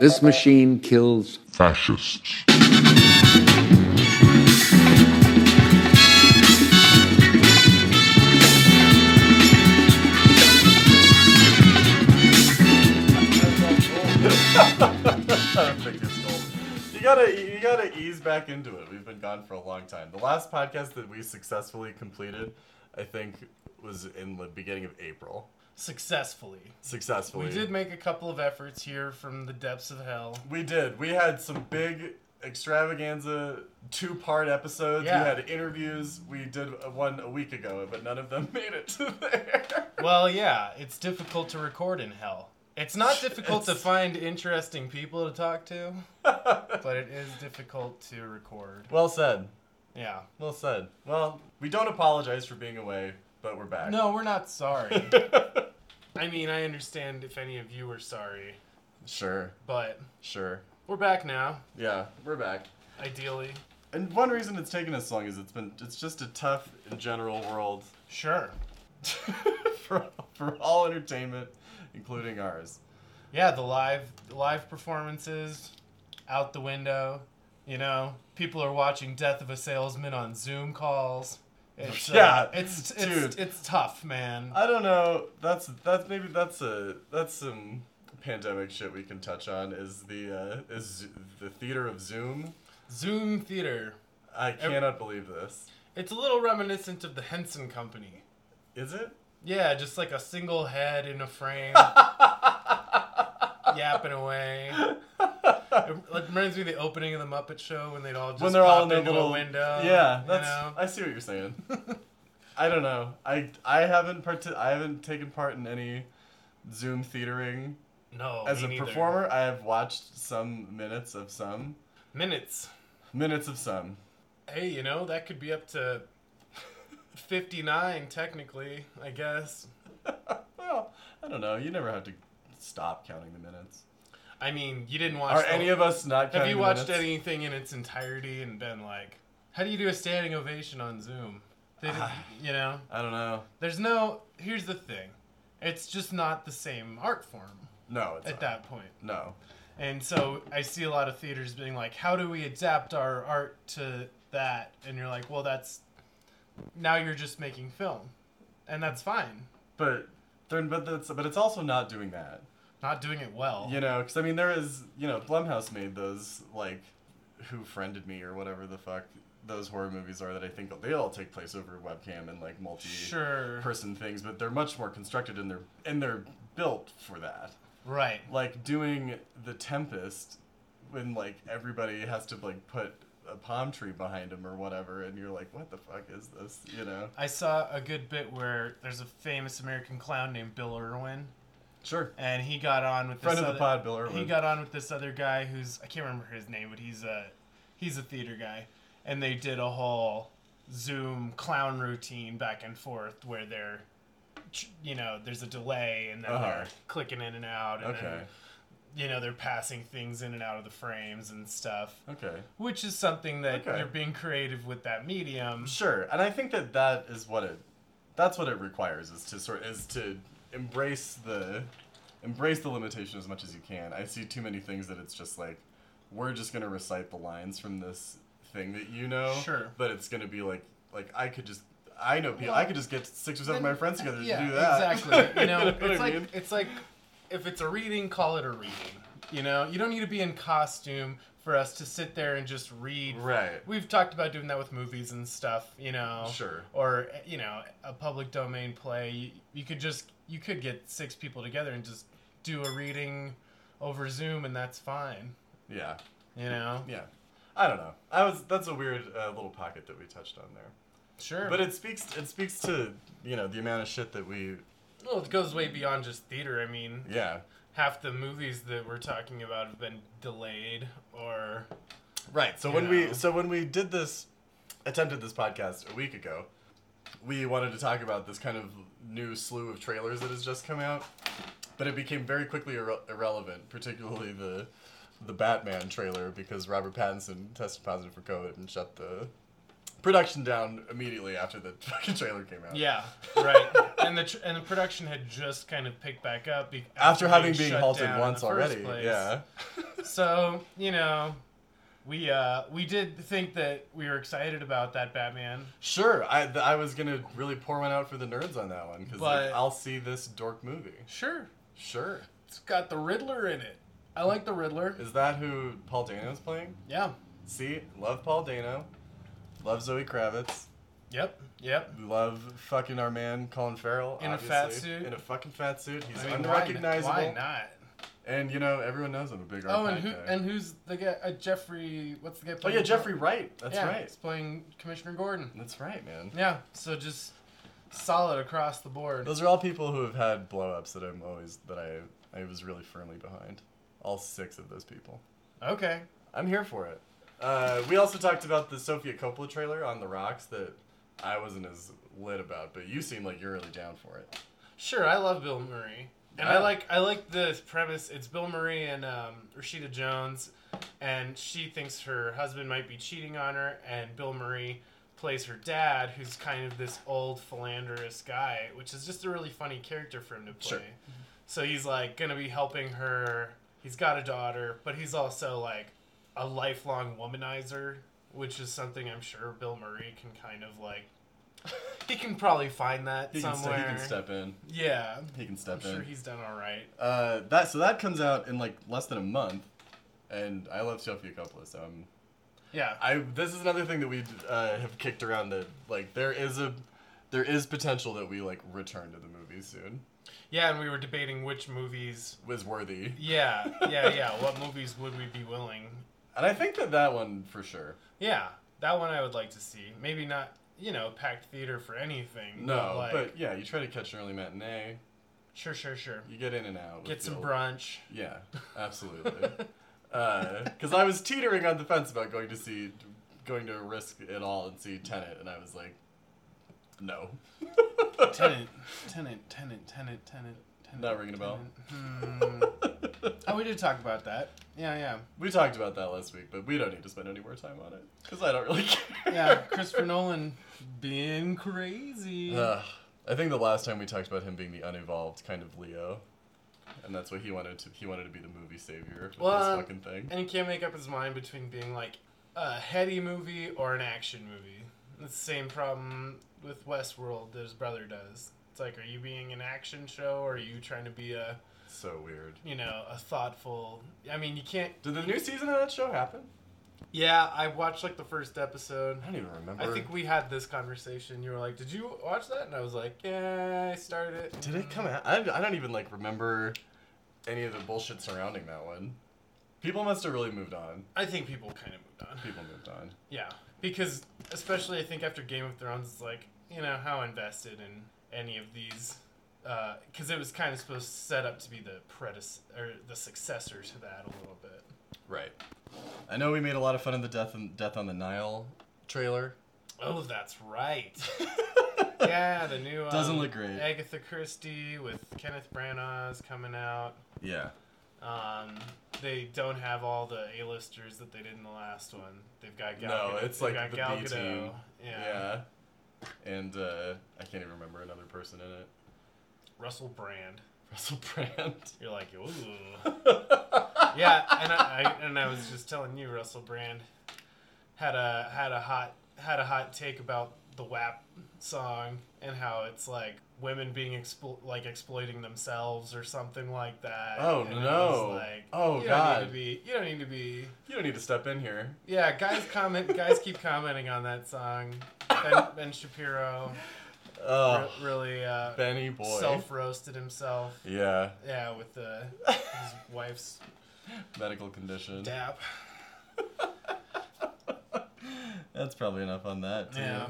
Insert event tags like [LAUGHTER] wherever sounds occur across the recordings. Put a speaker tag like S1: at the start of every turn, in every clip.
S1: This machine kills
S2: fascists.
S3: You gotta, you gotta ease back into it. We've been gone for a long time. The last podcast that we successfully completed, I think, was in the beginning of April.
S4: successfully.
S3: Successfully,
S4: We did make a couple of efforts here from the depths of hell.
S3: We did. We had some big extravaganza two-part episodes.
S4: Yeah.
S3: We had interviews. We did one a week ago, but none of them [LAUGHS] made it to there.
S4: Well, yeah, it's difficult to record in hell. It's not difficult to
S3: It's-
S4: find interesting people to talk to, but it is difficult to record.
S3: Well said.
S4: Yeah.
S3: Well said. Well, we don't apologize for being away, but we're back.
S4: No, we're not sorry. I mean, I understand if any of you are sorry,
S3: [LAUGHS] Sure.
S4: but
S3: Sure.
S4: we're back now,
S3: Yeah, we're back.
S4: ideally.
S3: And one reason it's taken us so long is it's been it's just a tough in general world [LAUGHS]
S4: Sure.
S3: for for all entertainment, including ours.
S4: Yeah, the live the live performances out the window. You know, people are watching Death of a Salesman on Zoom calls. It's, uh,
S3: Yeah,
S4: it's it's,
S3: dude.
S4: it's tough, man.
S3: I don't know. That's that's maybe that's a that's some pandemic shit we can touch on is the uh, is the theater of Zoom.
S4: Zoom theater.
S3: I cannot believe this.
S4: It's a little reminiscent of the Henson Company.
S3: Is it?
S4: Yeah, just like a single head in a frame, yapping away. It like, reminds me of the opening of the Muppet Show when they'd all just
S3: when they're
S4: pop
S3: all in their
S4: into
S3: little
S4: a window.
S3: Yeah,
S4: you
S3: that's.
S4: know?
S3: I see what you're saying. [LAUGHS] I don't know. I I haven't part. I haven't taken part in any Zoom theatering
S4: no.
S3: as
S4: me
S3: a
S4: neither.
S3: performer. I have watched some minutes of some
S4: minutes.
S3: minutes of some.
S4: Hey, you know, that could be up to 59 technically, I guess.
S3: Well, I don't know. You never have to stop counting the minutes.
S4: I mean, you didn't watch
S3: Are
S4: the-
S3: any of us not?
S4: Have
S3: counting
S4: you
S3: the
S4: watched
S3: minutes?
S4: anything in its entirety and been like, how do you do a standing ovation on Zoom? They didn't,
S3: Ah.
S4: you know,
S3: I don't know.
S4: there's no here's the thing. It's just not the same art form
S3: No, it's
S4: at
S3: not.
S4: that point.
S3: No.
S4: And so I see a lot of theaters being like, how do we adapt our art to that? And you're like, well, that's now you're just making film. And that's fine.
S3: But there, but that's but it's also not doing that.
S4: Not doing it well.
S3: You know, because I mean, there is you know, Blumhouse made those like, who friended me or whatever the fuck those horror movies are that I think they all take place over webcam and like multi
S4: Sure.
S3: person things, but they're much more constructed and they're and they're built for that.
S4: Right.
S3: Like doing the Tempest when like everybody has to like put a palm tree behind them or whatever, and you're like, what the fuck is this? You know?
S4: I saw a good bit where there's a famous American clown named Bill Irwin,
S3: Sure.
S4: and he got on with this
S3: Friend of the
S4: other-
S3: pod, Bill Irwin.
S4: He got on with this other guy who's I can't remember his name, but he's a he's a theater guy, and they did a whole Zoom clown routine back and forth where they're, ch- you know, there's a delay and then
S3: Uh-huh.
S4: they're clicking in and out, and
S3: Okay.
S4: then, you know they're passing things in and out of the frames and stuff,
S3: Okay.
S4: which is something that
S3: Okay.
S4: you're being creative with that medium.
S3: Sure, and I think that that is what it that's what it requires is to sort is to embrace the embrace the limitation as much as you can. I see too many things that it's just like we're just going to recite the lines from this thing that you know.
S4: Sure.
S3: But it's going to be like like I could just I know people. I could just get six or seven of my friends together to do that. [LAUGHS]
S4: Exactly. You know,
S3: what
S4: it's
S3: I
S4: like
S3: mean?
S4: it's like if it's a reading, call it a reading. You know, you don't need to be in costume for us to sit there and just read.
S3: Right.
S4: We've talked about doing that with movies and stuff. You know.
S3: Sure.
S4: Or you know, a public domain play. You, you could just you could get six people together and just do a reading over Zoom, and that's fine.
S3: Yeah.
S4: You know.
S3: Yeah. I don't know. I was that's a weird uh, little pocket that we touched on there.
S4: Sure.
S3: But it speaks it speaks to, you know, the amount of shit that we
S4: well, it goes way beyond just theater. I mean,
S3: yeah.
S4: half the movies that we're talking about have been delayed or
S3: Oh. Right. So
S4: You
S3: when
S4: know.
S3: we so when we did this attempted this podcast a week ago, we wanted to talk about this kind of new slew of trailers that has just come out, but it became very quickly irre- irrelevant, particularly the the Batman trailer because Robert Pattinson tested positive for COVID and shut the production down immediately after the [LAUGHS] fucking trailer came out. [LAUGHS]
S4: Yeah, right. and the tr- and the production had just kind of picked back up be-
S3: After having been
S4: shut
S3: halted
S4: down in
S3: once
S4: the first
S3: already.
S4: place.
S3: Yeah.
S4: so you know, we uh we did think that we were excited about that Batman.
S3: Sure, I th- I was gonna really pour one out for the nerds on that one because
S4: But-
S3: I'll see this dork movie.
S4: Sure,
S3: Sure,
S4: it's got the Riddler in it. I like the Riddler.
S3: is that who Paul Dano's playing?
S4: Yeah.
S3: See, love Paul Dano, love Zoe Kravitz,
S4: Yep. Yep.
S3: love fucking our man Colin Farrell
S4: In a
S3: obviously.
S4: fat suit.
S3: In a fucking fat suit, he's
S4: I mean, why-
S3: unrecognizable,
S4: Why not?
S3: and you know everyone knows I'm a big.
S4: Oh, and
S3: Arcade
S4: who
S3: guy.
S4: and who's the guy? Uh, Jeffrey. What's the guy?
S3: oh
S4: Playing
S3: yeah, Jeffrey Wright. That's
S4: yeah,
S3: right.
S4: He's playing Commissioner Gordon.
S3: That's right, man.
S4: Yeah. So just solid across the board.
S3: Those are all people who have had blow-ups that I'm always that I I was really firmly behind. All six of those people.
S4: Okay.
S3: I'm here for it. Uh, we also talked about the Sophia Coppola trailer on the rocks that I wasn't as lit about, but you seem like you're really down for it.
S4: Sure, I love Bill Murray, and
S3: Yeah.
S4: I like I like the premise. It's Bill Murray and um, Rashida Jones, and she thinks her husband might be cheating on her, and Bill Murray plays her dad, who's kind of this old philanderous guy, which is just a really funny character for him to play.
S3: Sure.
S4: So he's like gonna be helping her. He's got a daughter, but he's also like a lifelong womanizer, which is something I'm sure Bill Murray can kind of like. [LAUGHS] He can probably find that
S3: He can,
S4: somewhere.
S3: st- he can step in.
S4: Yeah,
S3: He can
S4: I'm
S3: step in.
S4: sure he's done all right.
S3: uh, that so that comes out in like less than a month, and I love Sophia Coppola, so I'm
S4: Yeah,
S3: I this is another thing that we uh, have kicked around that like there is a there is potential that we like return to the movie soon.
S4: yeah, and we were debating which movies.
S3: Was worthy,
S4: Yeah,
S3: [LAUGHS]
S4: yeah, yeah. what movies would we be willing?
S3: and I think that that one for sure.
S4: Yeah, that one I would like to see. Maybe not, you know, packed theater for anything.
S3: No,
S4: like,
S3: but yeah, you try to catch an early matinee,
S4: sure, sure, sure.
S3: you get in and out. with
S4: Get
S3: the-
S4: some brunch.
S3: [LAUGHS] Yeah, absolutely. [LAUGHS] Because I was teetering on the fence about going to see, going to risk it all and see Tenet, and I was like, no.
S4: Tenant, tenant, tenant, tenant, tenant.
S3: Not ringing a bell.
S4: oh, we did talk about that. Yeah, yeah,
S3: We talked about that last week, but we don't need to spend any more time on it because I don't really [LAUGHS] care.
S4: Nolan being crazy.
S3: Ugh. I think the last time we talked about him being the unevolved kind of Leo, and that's what he wanted to. He wanted to be the movie savior with
S4: Well,
S3: this fucking thing.
S4: And he can't make up his mind between being like a heady movie or an action movie. It's the same problem with Westworld that his brother does. It's like, are you being an action show or are you trying to be a,
S3: So weird.
S4: you know, a thoughtful? I mean, you can't.
S3: Did the new season of that show happen?
S4: Yeah, I watched like the first episode.
S3: I don't even remember.
S4: I think we had this conversation. You were like, "Did you watch that?" And I was like, "Yeah, I started it."
S3: Did it come out? I, I don't even like remember any of the bullshit surrounding that one. People must have really moved on.
S4: I think people kind of moved on.
S3: People moved on.
S4: Yeah, because especially I think after Game of Thrones, it's like you know how invested in any of these, because it was kind of supposed to set up to be the predes or the successor to that a little bit.
S3: Right. I know we made a lot of fun of the death and death on the Nile trailer.
S4: Oh, that's right. [LAUGHS] yeah, the new um,
S3: [LAUGHS] Doesn't look great.
S4: Agatha Christie with Kenneth Branagh's coming out.
S3: yeah.
S4: Um, they don't have all the A-listers that they did in the last one. They've got Gal
S3: No,
S4: Gadot-
S3: it's
S4: they've
S3: like
S4: got
S3: the
S4: Gal
S3: B
S4: Gadot.
S3: team.
S4: Yeah.
S3: Yeah. And uh, I can't even remember another person in it. [LAUGHS]
S4: Russell Brand.
S3: Russell Brand.
S4: You're like,
S3: [LAUGHS]
S4: ooh. yeah, and I, I and I was just telling you, Russell Brand had a had a hot had a hot take about the WAP song and how it's like women being explo- like exploiting themselves or something like that.
S3: Oh,
S4: And it was
S3: no.
S4: Like,
S3: Oh,
S4: you
S3: God.
S4: Don't need to be, you don't need to be.
S3: You don't need to step in here.
S4: Yeah, guys comment. guys keep commenting on that song. Ben, ben Shapiro re-
S3: Oh,
S4: really uh,
S3: Benny boy.
S4: self roasted himself.
S3: yeah.
S4: Yeah, with the his wife's
S3: Medical condition.
S4: dap.
S3: That's probably enough on that. Too.
S4: Yeah.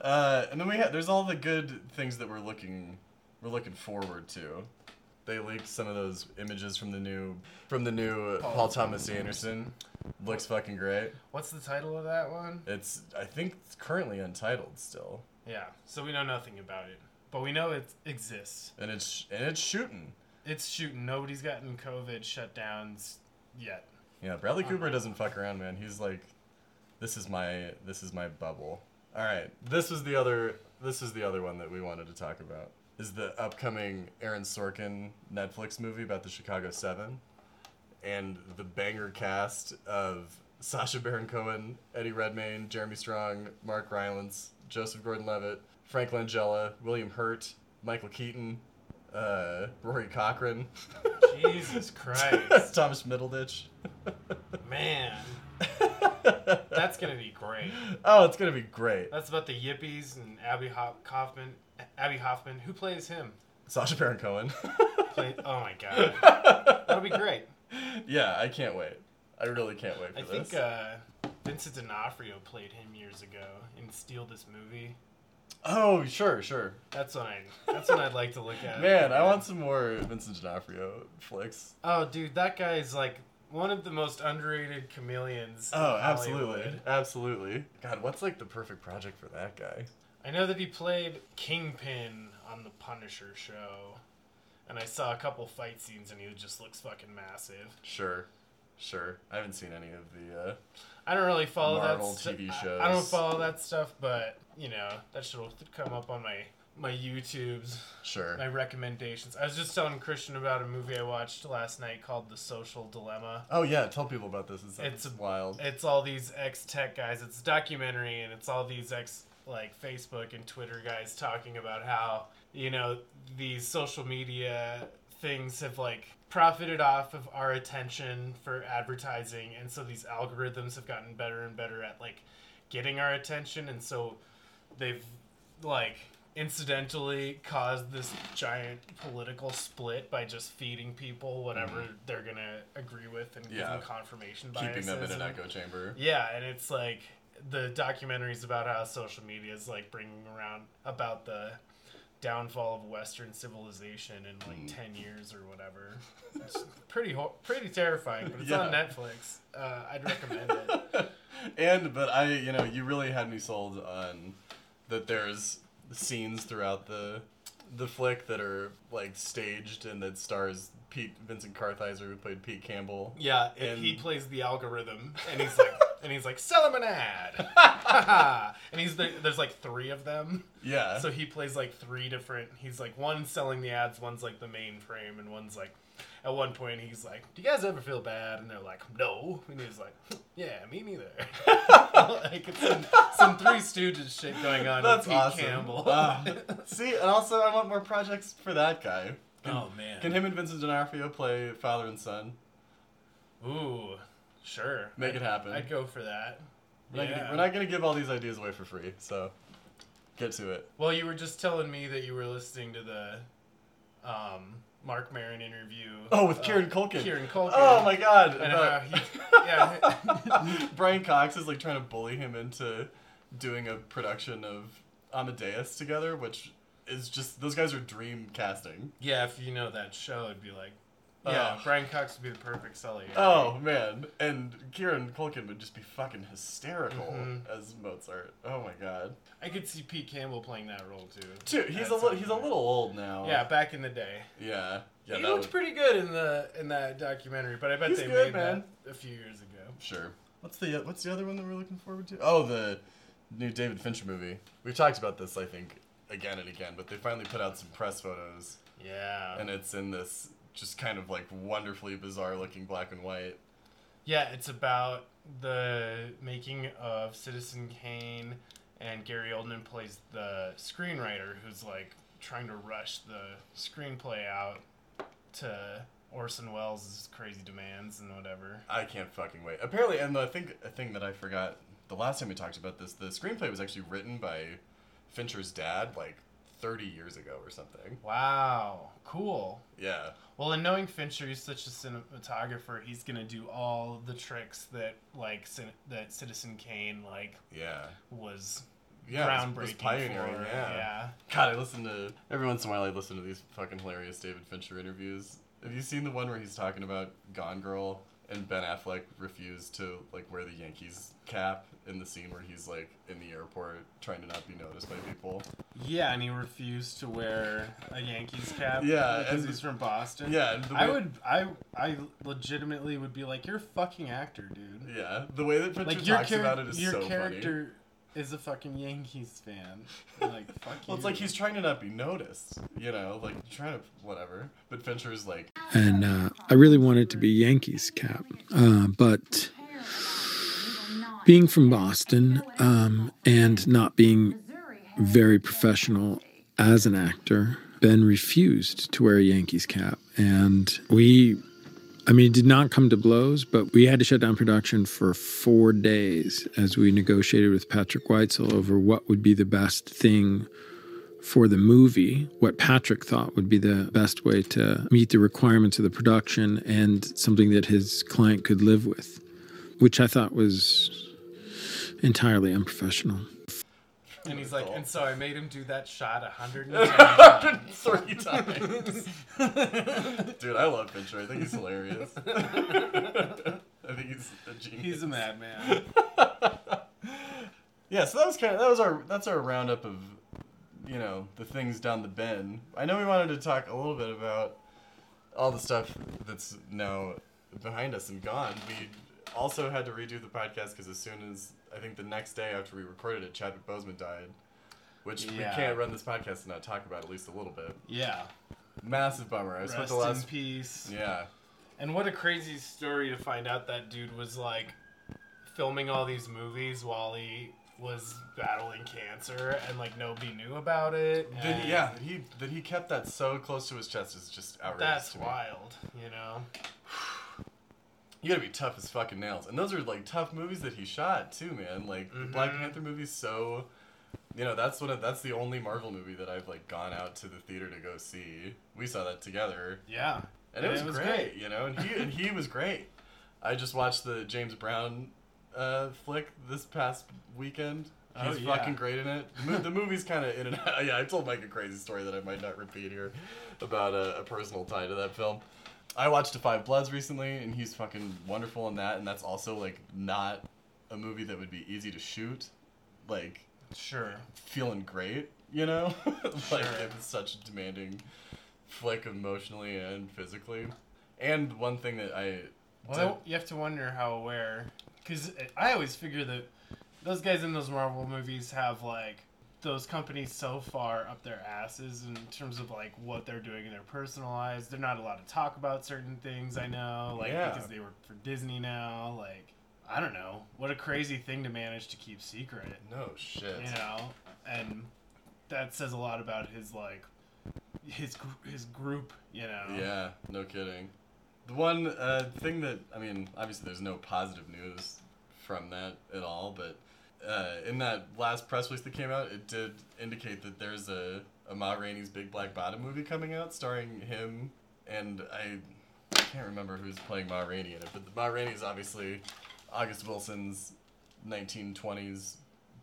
S3: Uh, and then we had there's all the good things that we're looking we're looking forward to. They leaked some of those images from the new from the new uh, Paul, Thomas Anderson. Looks fucking great.
S4: What's the title of that one?
S3: It's I think it's currently untitled still,
S4: Yeah. So we know nothing about it, but we know it exists.
S3: and it's and it's shooting.
S4: It's shooting. Nobody's gotten COVID shutdowns yet.
S3: Yeah, Bradley Cooper doesn't fuck around, man. He's like, this is my this is my bubble. All right, this is the other this is the other one that we wanted to talk about is the upcoming Aaron Sorkin Netflix movie about the Chicago Seven, and the banger cast of Sasha Baron Cohen, Eddie Redmayne, Jeremy Strong, Mark Rylance, Joseph Gordon-Levitt, Frank Langella, William Hurt, Michael Keaton, uh, Rory Cochrane, [LAUGHS]
S4: Jesus Christ,
S3: Thomas Middleditch.
S4: man, that's gonna be great.
S3: oh, it's gonna be great.
S4: That's about the Yippies and Abby Hop- Kaufman. Abby Hoffman, who plays him?
S3: Sasha Baron Cohen. [LAUGHS]
S4: Play- oh my god, that'll be great.
S3: yeah, I can't wait. I really can't wait for
S4: I
S3: this.
S4: think uh, Vincent D'Onofrio played him years ago in Steal This Movie.
S3: oh, sure, sure.
S4: That's what I. That's what I'd like to look at.
S3: Man, I want some more Vincent D'Onofrio flicks.
S4: Oh, dude, that guy is like one of the most underrated chameleons. in
S3: Oh, absolutely.
S4: Hollywood.
S3: Absolutely. God, what's like the perfect project for that guy?
S4: I know that he played Kingpin on the Punisher show, and I saw a couple fight scenes, and he just looks fucking massive.
S3: Sure. Sure. I haven't seen any of the uh
S4: I don't really follow
S3: Marvel
S4: that stu-
S3: TV
S4: I-
S3: shows.
S4: I, don't follow that stuff, but you know that shit will come up on my my YouTube's
S3: sure.
S4: my recommendations. I was just telling Christian about a movie I watched last night called The Social Dilemma.
S3: Oh yeah, tell people about this. It's,
S4: It's
S3: it's wild.
S4: It's all these ex tech guys. It's a documentary, and it's all these ex like Facebook and Twitter guys talking about how you know these social media things have like profited off of our attention for advertising, and so these algorithms have gotten better and better at like getting our attention, and so they've like incidentally caused this giant political split by just feeding people whatever they're gonna agree with and
S3: Mm-hmm.
S4: give
S3: Yeah.
S4: them confirmation bias.
S3: Keeping them in an
S4: and-
S3: echo chamber.
S4: yeah, and it's like the documentaries about how social media is like bringing around about the downfall of Western civilization in like
S3: Mm.
S4: ten years or whatever. It's pretty ho- pretty terrifying, but it's on
S3: Yeah.
S4: Netflix. Uh, I'd
S3: [LAUGHS]
S4: recommend it.
S3: and but I, you know, you really had me sold on that. There's scenes throughout the the flick that are like staged and that stars Pete Vincent Kartheiser who played Pete Campbell.
S4: Yeah,
S3: and-
S4: he plays the algorithm, and he's like, and he's like, sell him an
S3: [LAUGHS]
S4: ad, [LAUGHS] and he's the, there's like three of them.
S3: Yeah.
S4: So he plays like three different. He's like one selling the ads, one's like the mainframe, and one's like. At one point, he's like, "Do you guys ever feel bad?" And they're like, "No." And he's like, "Hm, "Yeah, me neither." [LAUGHS] like it's some, some Three Stooges shit going on.
S3: that's
S4: with Pete
S3: awesome.
S4: Campbell.
S3: [LAUGHS] Ah. see, and also I want more projects for that guy. Can,
S4: [LAUGHS] oh man.
S3: Can him and Vincent D'Onofrio play father and son?
S4: Ooh, sure.
S3: Make it happen.
S4: I'd go for that.
S3: We're not,
S4: Yeah.
S3: gonna, we're not gonna give all these ideas away for free, so get to it.
S4: Well, you were just telling me that you were listening to the um, Mark Marin interview.
S3: Oh, with
S4: uh,
S3: Kieran Culkin.
S4: Kieran Culkin.
S3: Oh my god!
S4: And uh,
S3: about-
S4: how
S3: [LAUGHS]
S4: he, yeah,
S3: Brian Cox is like trying to bully him into doing a production of Amadeus together, which is just those guys are dream casting.
S4: yeah. If you know that show, it'd be like, yeah,
S3: Oh.
S4: Brian Cox would be the perfect Sully.
S3: Oh man, and Kieran Culkin would just be fucking hysterical
S4: Mhm.
S3: as Mozart. Oh my god,
S4: I could see Pete Campbell playing that role too.
S3: dude, he's
S4: At
S3: a little
S4: some
S3: he's a
S4: point.
S3: little old now.
S4: Yeah, back in the day,
S3: yeah, yeah.
S4: he
S3: that
S4: looked
S3: would-
S4: pretty good in the in that documentary. But I bet
S3: He's
S4: they
S3: good,
S4: made
S3: man.
S4: that a few years ago.
S3: Sure. What's the uh, what's the other one that we're looking forward to? Oh, the new David Fincher movie. We've talked about this, I think, again and again, but they finally put out some press photos,
S4: Yeah,
S3: and it's in this just kind of like wonderfully bizarre looking black and white.
S4: Yeah, it's about the making of Citizen Kane, and Gary Oldman plays the screenwriter who's like trying to rush the screenplay out to Orson Welles' crazy demands and whatever.
S3: I can't fucking wait. Apparently, and the thing a thing that I forgot the last time we talked about this, the screenplay was actually written by Fincher's dad, like. 30 years ago or something.
S4: Wow, cool.
S3: Yeah.
S4: Well, and knowing Fincher, he's such a cinematographer. He's gonna do all the tricks that like cin- that Citizen Kane like
S3: Yeah.
S4: was
S3: Yeah. it
S4: groundbreaking
S3: was- was pioneering,
S4: for.
S3: yeah.
S4: yeah.
S3: God, I listen to every once in a while. I listen to these fucking hilarious David Fincher interviews. Have you seen the one where he's talking about Gone Girl and Ben Affleck refused to like wear the Yankees cap in the scene where he's like in the airport trying to not be noticed by people?
S4: Yeah, and he refused to wear a Yankees cap.
S3: Yeah,
S4: because
S3: and-
S4: he's from Boston.
S3: Yeah, and the
S4: I
S3: way-
S4: would. I I legitimately would be like, you're a fucking actor, dude.
S3: Yeah, the way that Fincher
S4: Like your
S3: talks
S4: char-
S3: about it is
S4: your
S3: so
S4: character is a fucking Yankees fan. Like
S3: [LAUGHS]
S4: fuck
S3: Well, it's
S4: you.
S3: like he's trying to not be noticed, you know, like trying to whatever. But Fincher's like,
S2: and uh, I really wanted to be Yankees cap, uh, but being from Boston um, and not being very professional as an actor, Ben refused to wear a Yankees cap, and we. I mean, it did not come to blows, but we had to shut down production for four days as we negotiated with Patrick Weitzel over what would be the best thing for the movie what Patrick thought would be the best way to meet the requirements of the production and something that his client could live with, which I thought was entirely unprofessional.
S4: and he's
S3: What a
S4: like,
S3: doll.
S4: and so I made him do that shot a hundred [LAUGHS] and ten.
S3: [LAUGHS] three times. Dude, I love Fincher. I think he's hilarious. [LAUGHS] I think he's a genius.
S4: He's a madman.
S3: yeah, so that was kind of that was our that's our roundup of you know the things down the bin. I know we wanted to talk a little bit about all the stuff that's now behind us and gone. We also had to redo the podcast because as soon as I think the next day after we recorded it, Chadwick Boseman died, which we
S4: Yeah.
S3: can't run this podcast and not talk about at least a little bit.
S4: Yeah.
S3: Massive bummer. I spent
S4: Rest
S3: the last
S4: in peace.
S3: yeah.
S4: And what a crazy story to find out that dude was like filming all these movies while he was battling cancer and like nobody knew about it.
S3: That,
S4: and
S3: yeah, that he that he kept that so close to his chest is just outrageous.
S4: That's
S3: to me.
S4: wild, you know.
S3: You gotta be tough as fucking nails, and those are like tough movies that he shot too, man. Like the Black
S4: Mm-hmm.
S3: Panther movies, so you know that's one of that's the only Marvel movie that I've like gone out to the theater to go see. We saw that together,
S4: Yeah.
S3: and it was, great, you know. And he and he was great. I just watched the James Brown uh, flick this past weekend.
S4: Oh,
S3: He's
S4: yeah.
S3: fucking great in it. The, mo- the movie's kind of in and out. [LAUGHS] Yeah, I told Mike a crazy story that I might not repeat here about a, a personal tie to that film. I watched *The Five Bloods* recently, and he's fucking wonderful in that. And that's also like not a movie that would be easy to shoot. Like
S4: Sure.
S3: feeling great, you know? [LAUGHS] like
S4: Sure.
S3: it was such a demanding flick emotionally and physically. And one thing that I
S4: Well, you have to wonder how aware, because I always figure that those guys in those Marvel movies have like those companies so far up their asses in terms of like what they're doing in their personal lives. They're not allowed to talk about certain things. I know, like
S3: Yeah.
S4: because they work for Disney now. Like I don't know, what a crazy thing to manage to keep secret
S3: no shit.
S4: you know, and that says a lot about his like his gr- his group, you know.
S3: Yeah, no kidding. The one uh, thing that I mean, obviously, there's no positive news from that at all, but uh, in that last press release that came out, it did indicate that there's a, a Ma Rainey's Big Black Bottom movie coming out starring him, and I can't remember who's playing Ma Rainey in it, but Ma Rainey is obviously August Wilson's 1920s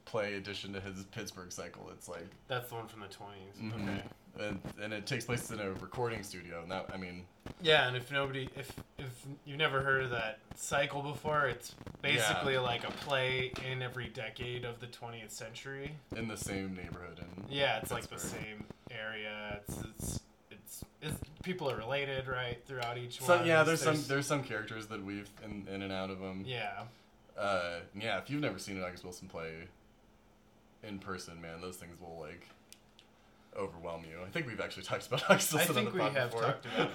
S3: play addition to his Pittsburgh cycle. It's like
S4: That's the one from the 20s
S3: okay. And, and it takes place in a recording studio, and that I mean,
S4: Yeah, and if nobody, if if you've never heard of that cycle before, it's basically like a play in every decade of the 20th century.
S3: in the same neighborhood and
S4: Yeah, it's like the
S3: Pittsburgh.
S4: same area. It's it's. It's, it's, people are related, right, throughout each
S3: So
S4: one.
S3: yeah, there's, some there's some characters that weave in, in and out of them.
S4: yeah,
S3: Uh, yeah. If you've never seen an August Wilson play in person, man, those things will like overwhelm you. I think we've actually [LAUGHS] talked about August
S4: I
S3: Wilson
S4: think
S3: on the
S4: we
S3: pod
S4: have
S3: before.
S4: talked about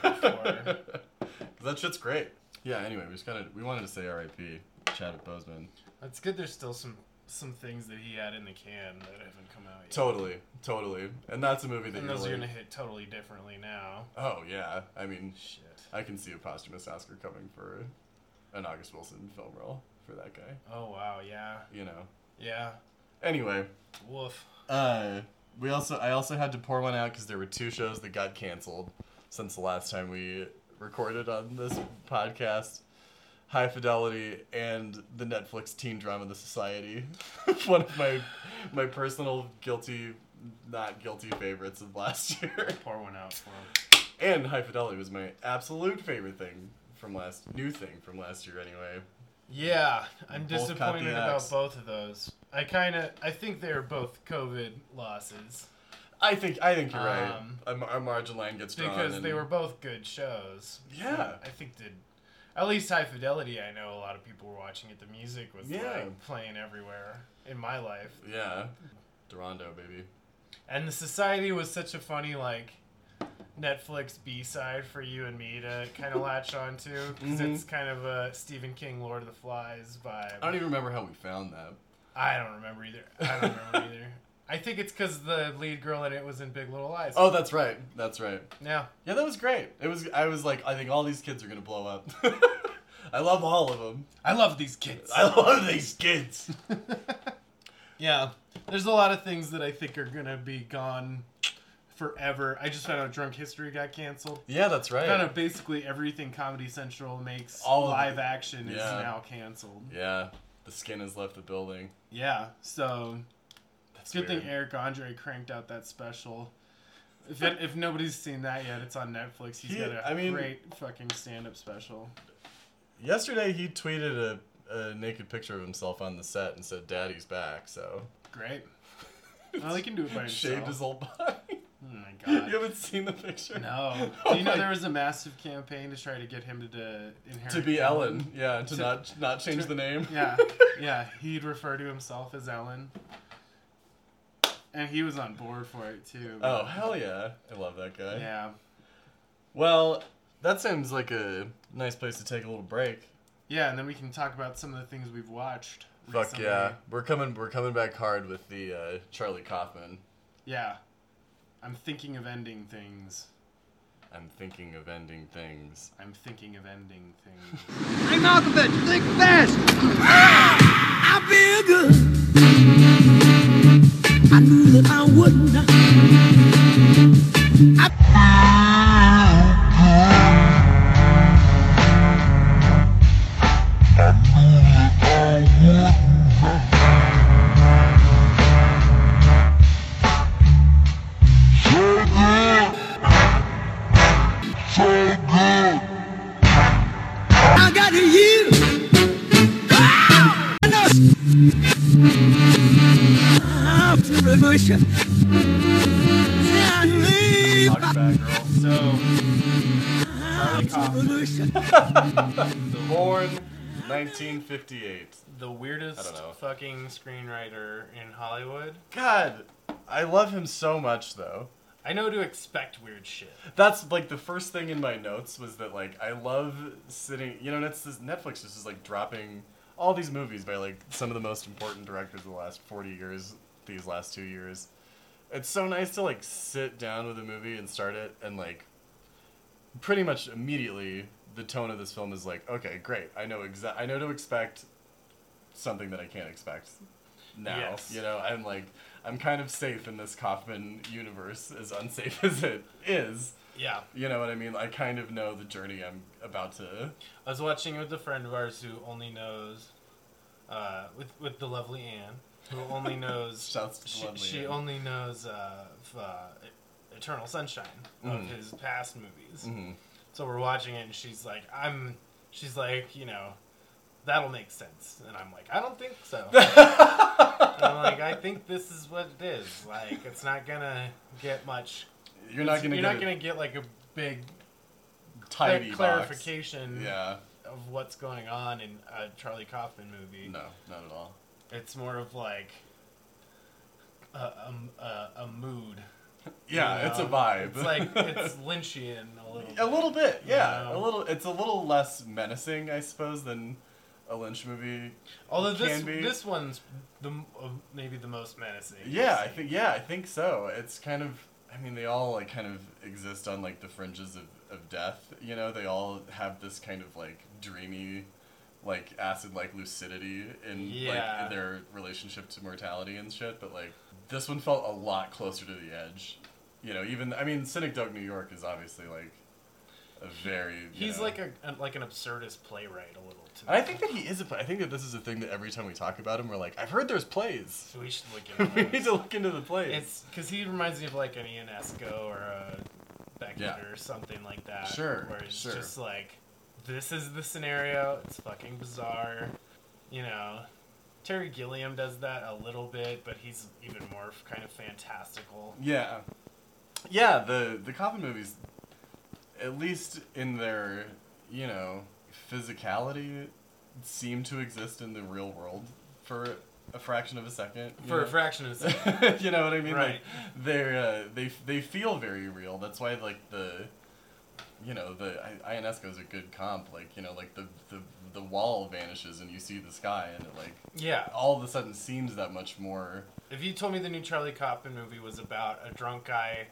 S4: it before.
S3: [LAUGHS] 'Cause that shit's great. Yeah. Anyway, we just kind of we wanted to say R.I.P. Chadwick Boseman.
S4: It's good. There's still some some things that he had in the can that haven't come out yet.
S3: Totally, totally. And that's a movie that
S4: and
S3: you're
S4: those are
S3: like-
S4: gonna hit totally differently now.
S3: Oh yeah. I mean,
S4: Shit.
S3: I can see a posthumous Oscar coming for an August Wilson film role for that guy.
S4: Oh wow. Yeah.
S3: You know.
S4: Yeah.
S3: Anyway,
S4: Woof.
S3: uh, we also I also had to pour one out because there were two shows that got canceled since the last time we recorded on this podcast. High Fidelity and the Netflix teen drama The Society. [LAUGHS] one of my my personal guilty not guilty favorites of last [LAUGHS] year.
S4: Pour one out for him.
S3: And High Fidelity was my absolute favorite thing from last new thing from last year anyway.
S4: Yeah, I'm
S3: Both got
S4: disappointed
S3: the
S4: about
S3: axe. both
S4: both of those. I kind of I think they're both COVID losses
S3: I think I think you're
S4: Um,
S3: right. Our, our margin line gets drawn
S4: because they
S3: and-
S4: were both good shows.
S3: Yeah.
S4: I think did. I At least High Fidelity, I know a lot of people were watching it. The music was
S3: Yeah.
S4: like playing everywhere in my life,
S3: Yeah. Durando, baby.
S4: and the Society was such a funny like Netflix B side for you and me to
S3: [LAUGHS]
S4: kind of latch onto
S3: Mm-hmm.
S4: because it's kind of a Stephen King Lord of the Flies vibe.
S3: I don't even remember how we found that.
S4: I don't remember either. I don't
S3: [LAUGHS]
S4: remember either. I think it's because the lead girl in it was in Big Little Lies.
S3: Oh, that's right. That's right.
S4: yeah.
S3: Yeah, that was great. It was. I was like, I think all these kids are gonna blow up. [LAUGHS] I love all of them.
S4: I love these kids.
S3: I love these kids.
S4: yeah. There's a lot of things that I think are gonna be gone forever. I just found out Drunk History got canceled.
S3: Yeah, that's right.
S4: Kind of basically everything Comedy Central makes
S3: All of
S4: live
S3: it.
S4: action is
S3: Yeah.
S4: now canceled.
S3: Yeah, the skin has left the building.
S4: Yeah. So
S3: That's
S4: it's a good
S3: weird.
S4: thing Eric Andre cranked out that special. If, it, if nobody's seen that yet, it's on Netflix. He's
S3: He-
S4: got a
S3: I mean-
S4: great fucking stand-up special.
S3: Yesterday he tweeted a, a naked picture of himself on the set and said, "Daddy's back." So
S4: Great. Well,
S3: [LAUGHS]
S4: he Oh, can do it by himself.
S3: shaved his whole body.
S4: Oh
S3: [LAUGHS]
S4: my
S3: you
S4: god.
S3: haven't seen the picture.
S4: No.
S3: [LAUGHS] Oh
S4: Do you know
S3: my-
S4: there was a massive campaign to try to get him to, to inherit
S3: to be Ellen. Yeah, to,
S4: To-
S3: not not change
S4: to-
S3: the name. [LAUGHS]
S4: Yeah. Yeah. He'd refer to himself as Ellen. And he was on board for it too.
S3: Oh hell yeah! I love that guy.
S4: Yeah.
S3: Well, that seems like a nice place to take a little break.
S4: Yeah, and then we can talk about some of the things we've watched.
S3: Fuck
S4: recently.
S3: yeah, we're coming. We're coming back hard with the uh, Charlie Kaufman.
S4: Yeah. I'm thinking of ending things.
S3: I'm thinking of ending things.
S4: I'm thinking of ending things.
S1: I'm out of it. Think fast.
S5: I feel good. I knew that I wouldn't. I got a year. Ah! And us. Ah, revolution. Yeah, leave.
S3: Talk back, girl.
S4: so,
S5: Ah, revolution.
S3: Born 1958.
S4: [LAUGHS] the weirdest
S3: I don't know.
S4: fucking screenwriter in Hollywood.
S3: God, I love him so much though.
S4: I know to expect weird shit.
S3: That's like the first thing in my notes was that like I love sitting. You know, that's this Netflix is just like dropping all these movies by like some of the most important directors of the last 40 years. These last two years, it's so nice to like sit down with a movie and start it and like pretty much immediately the tone of this film is like okay great i know exa- i know to expect something that i can't expect now
S4: Yes.
S3: you know i'm like i'm kind of safe in this kaufman universe as unsafe [LAUGHS] as it is
S4: Yeah.
S3: you know what i mean i kind of know the journey i'm about to
S4: I was watching it with a friend of ours who only knows, uh, with with the lovely Anne, who
S3: [LAUGHS]
S4: only knows.
S3: Shouts to the
S4: she,
S3: lovely
S4: she
S3: Anne.
S4: only knows uh, f- uh, Eternal Sunshine of
S3: Mm-hmm.
S4: his past movies. So we're watching it, and she's like, "I'm," she's like, you know, that'll make sense, and I'm like, I don't think
S3: [LAUGHS]
S4: so. And I'm like, I think this is what it is. Like, it's not gonna get much.
S3: you're not gonna
S4: You're
S3: get
S4: not gonna get like a big
S3: a tidy box.
S4: clarification
S3: yeah
S4: of what's going on in a Charlie Kaufman movie.
S3: no not at all
S4: It's more of like a, a, a, a mood.
S3: yeah
S4: you
S3: it's a
S4: know?
S3: vibe [LAUGHS]
S4: It's like it's Lynchian a little.
S3: A
S4: Bit.
S3: little bit, yeah.
S4: Yeah.
S3: A little. It's a little less menacing, I suppose, than a Lynch movie.
S4: Although this
S3: can be.
S4: this one's the m- uh, maybe the most menacing.
S3: Yeah, I think. Yeah, I think so. It's kind of. I mean, they all like kind of exist on like the fringes of, of death. You know, they all have this kind of like dreamy, like acid like lucidity in like
S4: Yeah.
S3: in their relationship to mortality and shit. But like this one felt a lot closer to the edge. You know, even I mean, Cynic Dog New York is obviously like a very. you
S4: He's
S3: know-
S4: like a, a like an absurdist playwright a little. To
S3: And I
S4: me.
S3: think that he is a play. I think that this is a thing that every time we talk about him, we're like, I've heard there's plays. [LAUGHS]
S4: we should look
S3: we
S4: into
S3: need
S4: this.
S3: to look into the plays.
S4: It's because he reminds me of like an Ionesco or a Beckett
S3: Yeah.
S4: or something like that.
S3: Sure,
S4: Where it's
S3: sure.
S4: just like, this is the scenario. It's fucking bizarre. You know, Terry Gilliam does that a little bit, but he's even more f- kind of fantastical.
S3: yeah, yeah. The the Coffin movies, at least in their you know physicality seemed to exist in the real world for a fraction of a second. you
S4: for
S3: know?
S4: a fraction of a
S3: [LAUGHS]
S4: second.
S3: you know what I mean?
S4: Right.
S3: Like they're uh, they they feel very real. That's why like the you know the I- E Ionesco is a good comp. Like you know like the the the wall vanishes and you see the sky and it like
S4: [LAUGHS] Yeah.
S3: all of a sudden seems that much more.
S4: If you told me the new Charlie Kaufman movie was about a drunk guy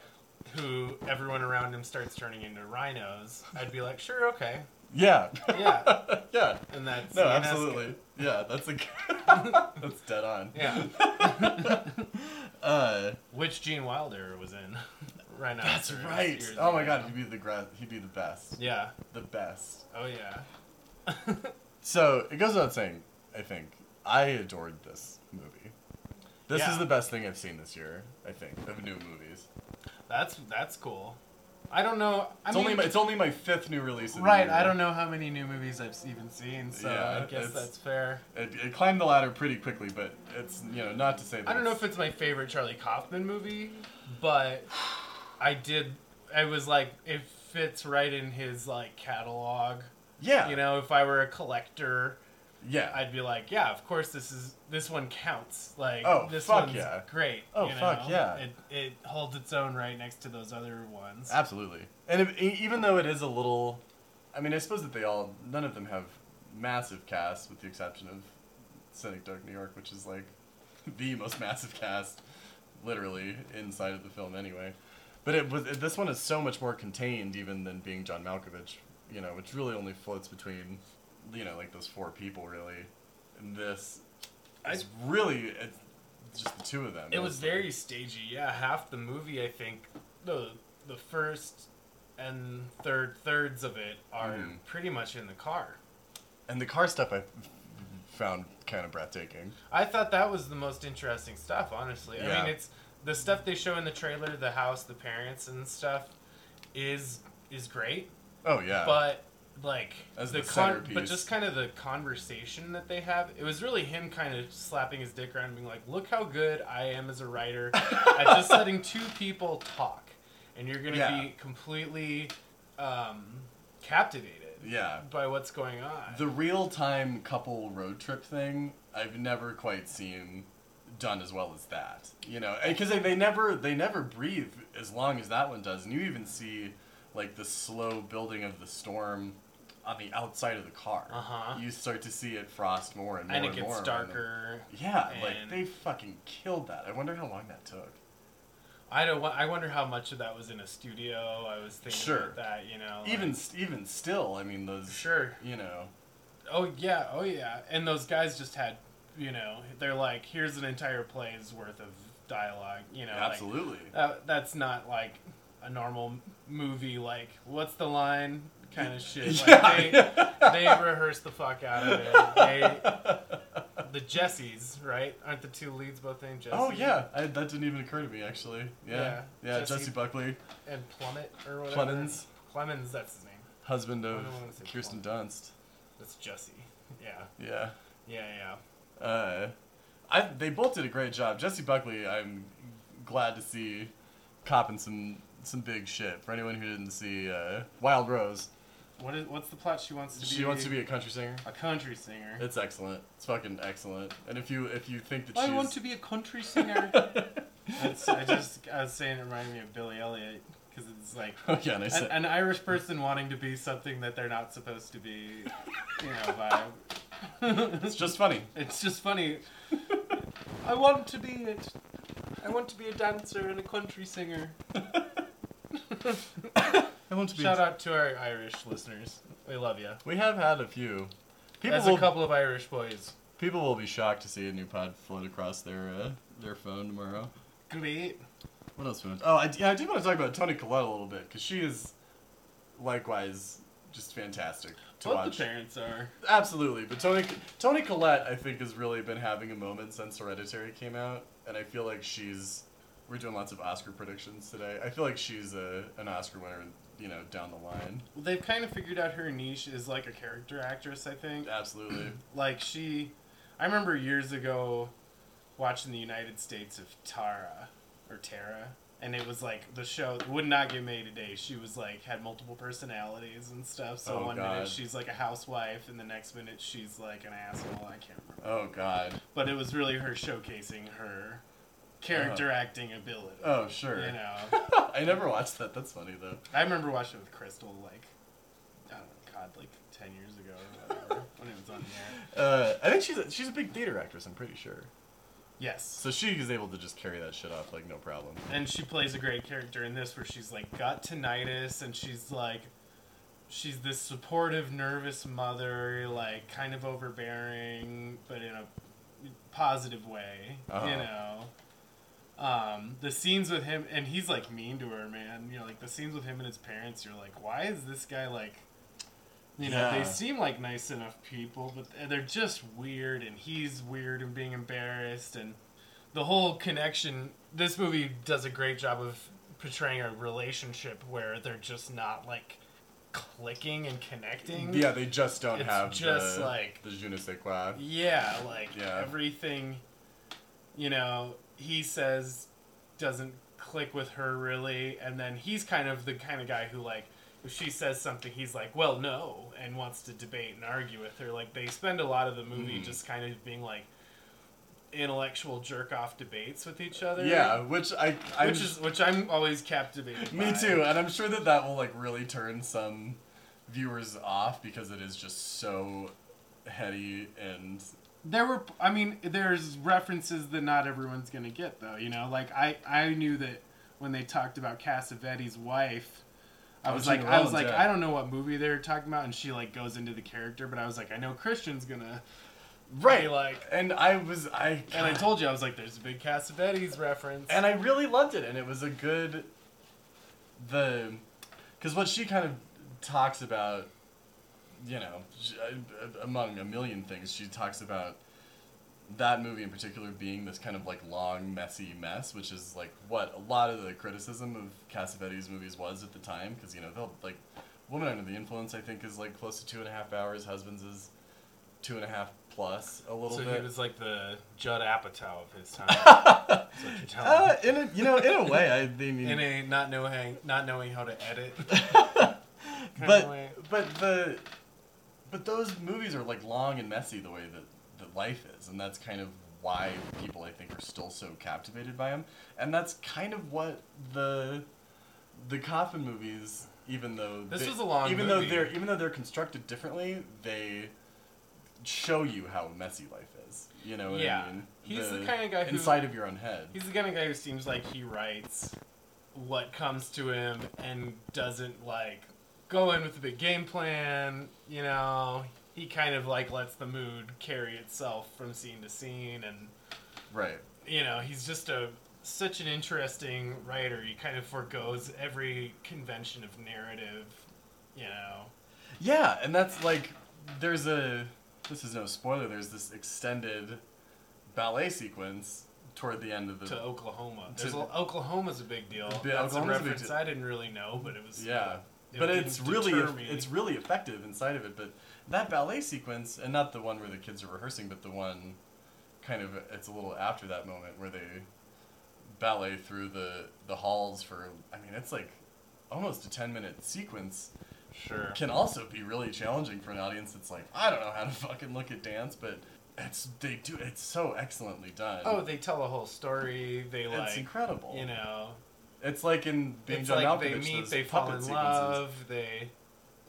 S4: who everyone around him starts turning into rhinos, I'd be like, sure, okay.
S3: Yeah. [LAUGHS]
S4: Yeah.
S3: yeah.
S4: And that's
S3: No,
S4: Ionesco.
S3: absolutely. [LAUGHS] Yeah, that's a
S4: [LAUGHS]
S3: that's dead on.
S4: Yeah.
S3: Uh,
S4: Which Gene Wilder was in [LAUGHS] right now.
S3: that's right. Oh my god, he'd be the gra- he'd be the best.
S4: Yeah.
S3: The best.
S4: Oh yeah.
S3: So it goes without saying, I think I adored this movie. This
S4: Yeah.
S3: is the best thing I've seen this year. I think of new movies.
S4: That's that's cool. I don't know. I
S3: It's
S4: mean,
S3: only my, it's only my fifth new release. Of
S4: right. I don't know how many new movies I've even seen, so
S3: Yeah,
S4: I guess
S3: it's-
S4: that's fair.
S3: It, it climbed the ladder pretty quickly, but it's you know not to say. That
S4: I don't know if it's my favorite Charlie Kaufman movie, but I did. I was like, it fits right in his like catalog.
S3: yeah
S4: You know, if I were a collector,
S3: yeah
S4: I'd be like, yeah, of course this is this one counts. Like,
S3: Oh,
S4: this
S3: fuck
S4: one's
S3: yeah.
S4: great.
S3: Oh,
S4: you know?
S3: fuck yeah.
S4: It it holds its own right next to those other ones.
S3: Absolutely. And if, e- even though it is a little, I mean, I suppose that they all, none of them have massive casts, with the exception of Cynic Dark New York, which is like [LAUGHS] the most massive cast, literally, inside of the film anyway. But it was this one is so much more contained, even than being John Malkovich, you know, which really only floats between, you know, like those four people, really. And this is really it's just the two of them.
S4: It was
S3: mostly.
S4: very stagey. Yeah, half the movie, I think, the the first and third thirds of it are
S3: Mhm.
S4: pretty much in the car.
S3: And the car stuff I found kind of breathtaking.
S4: I thought that was the most interesting stuff, honestly. I
S3: Yeah.
S4: mean, it's the stuff they show in the trailer, the house, the parents and stuff is is great,
S3: Oh yeah.
S4: but like
S3: As the
S4: but
S3: centerpiece.
S4: just kind of the conversation that they have. It was really him kind of slapping his dick around and being like, "Look how good I am as a writer
S3: [LAUGHS]
S4: at just letting two people talk, and you're gonna
S3: Yeah.
S4: be completely um, captivated
S3: yeah.
S4: by what's going on."
S3: The real time couple road trip thing, I've never quite seen done as well as that. You know, because they, they never they never breathe as long as that one does, and you even see like the slow building of the storm on the outside of the car.
S4: Uh-huh.
S3: You start to see it frost more and more
S4: and it
S3: and
S4: gets
S3: more.
S4: darker.
S3: yeah, like
S4: and-
S3: they fucking killed that. I wonder how long that took.
S4: I don't. wa- I wonder how much of that was in a studio. I was thinking
S3: Sure.
S4: about that. You know, like-
S3: Even s- even still, I mean those.
S4: Oh, sure.
S3: You know.
S4: Oh yeah. Oh yeah. And those guys just had, you know, they're like, here's an entire play's worth of dialogue. You know, like,
S3: absolutely.
S4: that, that's not like a normal m- movie. Like, what's the line?
S3: [LAUGHS]
S4: Kind of shit. Like,
S3: Yeah,
S4: they, they rehearse the fuck out of it. They, the Jessies, right? Aren't the two leads both named Jesse?
S3: Oh yeah, I, that didn't even occur to me actually. Yeah,
S4: Yeah,
S3: yeah.
S4: Jesse-
S3: Jesse, Buckley,
S4: And Plummet or whatever.
S3: Clemens,
S4: Clemens. That's his name.
S3: husband of
S4: I wanna say
S3: Kirsten Dunst.
S4: That's Jesse. Yeah.
S3: Yeah,
S4: Yeah, yeah.
S3: uh, I they both did a great job. Jesse Buckley, I'm glad to see copping some some big shit. For anyone who didn't see uh, Wild Rose,
S4: What is what's the plot? She wants to be.
S3: she wants to be a country singer.
S4: a country singer.
S3: It's excellent. It's fucking excellent. And if you if you think that
S4: I
S3: she's [LAUGHS]
S4: want to be a country singer. [LAUGHS] That's, I just I was saying it reminded me of Billy Elliot because [LAUGHS] it's like
S3: oh yeah, and I
S4: an,
S3: said
S4: an Irish person wanting to be something that they're not supposed to be. You know, vibe.
S3: it's just funny.
S4: [LAUGHS] it's just funny. I want to be it. I want to be a dancer and a country singer.
S3: I want to be.
S4: Shout out to our Irish listeners. We love you.
S3: We have had a few. People
S4: As a
S3: will
S4: couple of Irish boys.
S3: People will be shocked to see a new pod float across their uh, their phone tomorrow.
S4: Great.
S3: What else? We want oh, I, yeah, I do want to talk about Tony Collette a little bit because she is likewise just fantastic to
S4: Both
S3: watch.
S4: the parents are.
S3: Absolutely, but Tony Tony Collette I think has really been having a moment since Hereditary came out, and I feel like she's we're doing lots of Oscar predictions today. I feel like she's a an Oscar winner, you know, down the line.
S4: Well, They've kind of figured out her niche is like a character actress, I think.
S3: Absolutely.
S4: Like she, I remember years ago watching the United States of Tara or Tara. and it was like the show would not get made today. She was like had multiple personalities and stuff. So
S3: Oh,
S4: one
S3: God.
S4: minute she's like a housewife, and the next minute she's like an asshole. I can't remember.
S3: [CLEARS THROAT] Oh God.
S4: But it was really her showcasing her character acting ability.
S3: Oh Uh-huh. sure.
S4: You know,
S3: I never watched that. That's funny though.
S4: I remember watching it with Crystal like, I don't know, God, like ten years ago or whatever when it was on
S3: [LAUGHS]
S4: there.
S3: Uh, I think she's a, she's a big theater actress. I'm pretty sure.
S4: Yes.
S3: So she is able to just carry that shit off like no problem.
S4: and she plays a great character in this where she's like got tinnitus and she's like she's this supportive nervous mother like kind of overbearing but in a positive way you
S3: Uh-huh.
S4: know um, the scenes with him and he's like mean to her man you know like the scenes with him and his parents you're like why is this guy like you know
S3: Yeah.
S4: they seem like nice enough people but they're just weird and he's weird and being embarrassed and the whole connection this movie does a great job of portraying a relationship where they're just not like clicking and connecting
S3: Yeah, they just don't
S4: Mm. It's
S3: have
S4: just
S3: the,
S4: like-
S3: the je ne sais quoi.
S4: yeah like
S3: Yeah.
S4: everything you know he says doesn't click with her really and then he's kind of the kind of guy who like if she says something he's like well no and wants to debate and argue with her like they spend a lot of the movie
S3: Mm.
S4: just kind of being like intellectual jerk off debates with each other
S3: Yeah, which I I'm,
S4: which is which I'm always captivated.
S3: me
S4: by.
S3: too, and I'm sure that that will like really turn some viewers off because it is just so heady and
S4: There were, I mean, there's references that not everyone's gonna get though. You know, like I I knew that when they talked about Cassavetti's wife. I
S3: Oh,
S4: was
S3: Gina
S4: like, I was
S3: Rollins,
S4: like,
S3: yeah.
S4: I don't know what movie they were talking about, and she like goes into the character, but I was like, I know Christian's gonna,
S3: right
S4: like-
S3: and I was I
S4: and I told you I was like, there's a big Cassavetes reference,
S3: and I really loved it, and it was a good the because what she kind of talks about, you know, sh- uh, among a million things, she talks about that movie in particular being this kind of like long, messy mess, which is like what a lot of the criticism of Cassavetes movies was at the time, because you know they'll like Woman Under the Influence, I think, is like close to two and a half hours. Husbands is two and a half plus a little
S4: so
S3: bit.
S4: he was like the Judd Apatow of
S3: [LAUGHS]
S4: his time. That's what you're telling
S3: uh, [LAUGHS]
S4: me.
S3: in a, you know, in a way, I mean,
S4: [LAUGHS] In a not knowing not knowing how to edit.
S3: but
S4: way.
S3: but the but those movies are like long and messy the way that that life is, and that's kind of why people I think are still so captivated by them, and that's kind of what the the coffin movies, even though
S4: This
S3: they-
S4: was a long
S3: even
S4: movie.
S3: though they're even though they're constructed differently, they show you how messy life is. You know what
S4: Yeah.
S3: I mean?
S4: He's the kinda guy who-
S3: inside of your own head.
S4: He's the kind of guy who seems like he writes what comes to him and doesn't like go in with a big game plan. You know, he kind of like lets the mood carry itself from scene to scene, and
S3: right.
S4: you know, he's just a such an interesting writer. He kind of foregoes every convention of narrative. You know,
S3: Yeah, and that's like there's a this is no spoiler, there's this extended ballet sequence toward the end of the
S4: to Oklahoma.
S3: To-
S4: There's a, Oklahoma's a big deal.
S3: Yeah,
S4: That's
S3: Oklahoma's a
S4: a
S3: big
S4: reference
S3: deal.
S4: I didn't really know, but it was
S3: Yeah.
S4: It
S3: but
S4: didn't
S3: it's really
S4: deter me.
S3: it's really effective inside of it, but that ballet sequence and not the one where the kids are rehearsing, but the one kind of it's a little after that moment where they ballet through the the halls for I mean, it's like almost a 10 minute sequence
S4: sure.
S3: can also be really challenging for an audience that's like, I don't know how to fucking look at dance, but it's they do it's so excellently done.
S4: Oh, they tell a whole story. They
S3: it's
S4: like,
S3: incredible.
S4: you know,
S3: it's like in being
S4: it's
S3: John
S4: like they
S3: Malkovich,
S4: meet,
S3: those
S4: they fall in
S3: puppet
S4: love, they.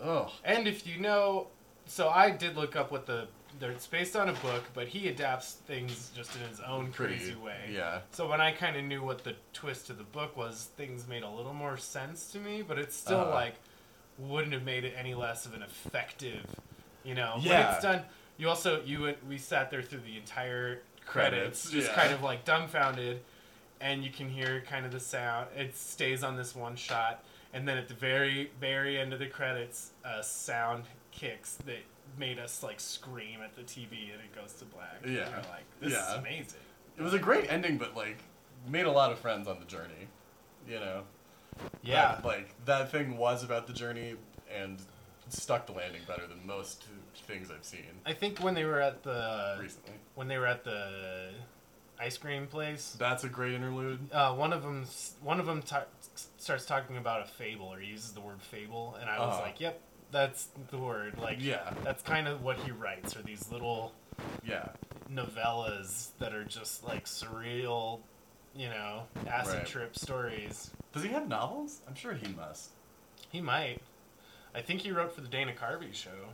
S3: Oh,
S4: And if you know, so I did look up what the they're, it's based on a book, but he adapts things just in his own
S3: pretty
S4: crazy way.
S3: Yeah,
S4: So when I kind of knew what the twist to the book was, things made a little more sense to me. But it's still
S3: Uh-huh.
S4: like wouldn't have made it any less of an effective, you know. when
S3: Yeah.
S4: it's done. You also you went- we sat there through the entire credits,
S3: Credits,
S4: just
S3: yeah.
S4: kind of like dumbfounded, and you can hear kind of the sound. It stays on this one shot, and then at the very very end of the credits, a sound kicks that made us like scream at the TV, and it goes to black. And
S3: Yeah.
S4: we're like this
S3: Yeah.
S4: is amazing.
S3: it was a great ending, but like made a lot of friends on the journey. You know,
S4: Yeah.
S3: Like- like that thing was about the journey and stuck the landing better than most things I've seen
S4: I think when they were at the
S3: recently.
S4: when they were at the ice cream place.
S3: That's a great interlude.
S4: Uh, one of them, one of them ta- starts talking about a fable or uses the word fable, and I was
S3: Uh-huh.
S4: like, "Yep, that's the word." Like,
S3: Yeah.
S4: that's kind of what he writes are these little
S3: Yeah.
S4: novellas that are just like surreal, you know, acid
S3: Right.
S4: trip stories.
S3: Does he have novels? I'm sure he must.
S4: He might. I think he wrote for the Dana Carvey show.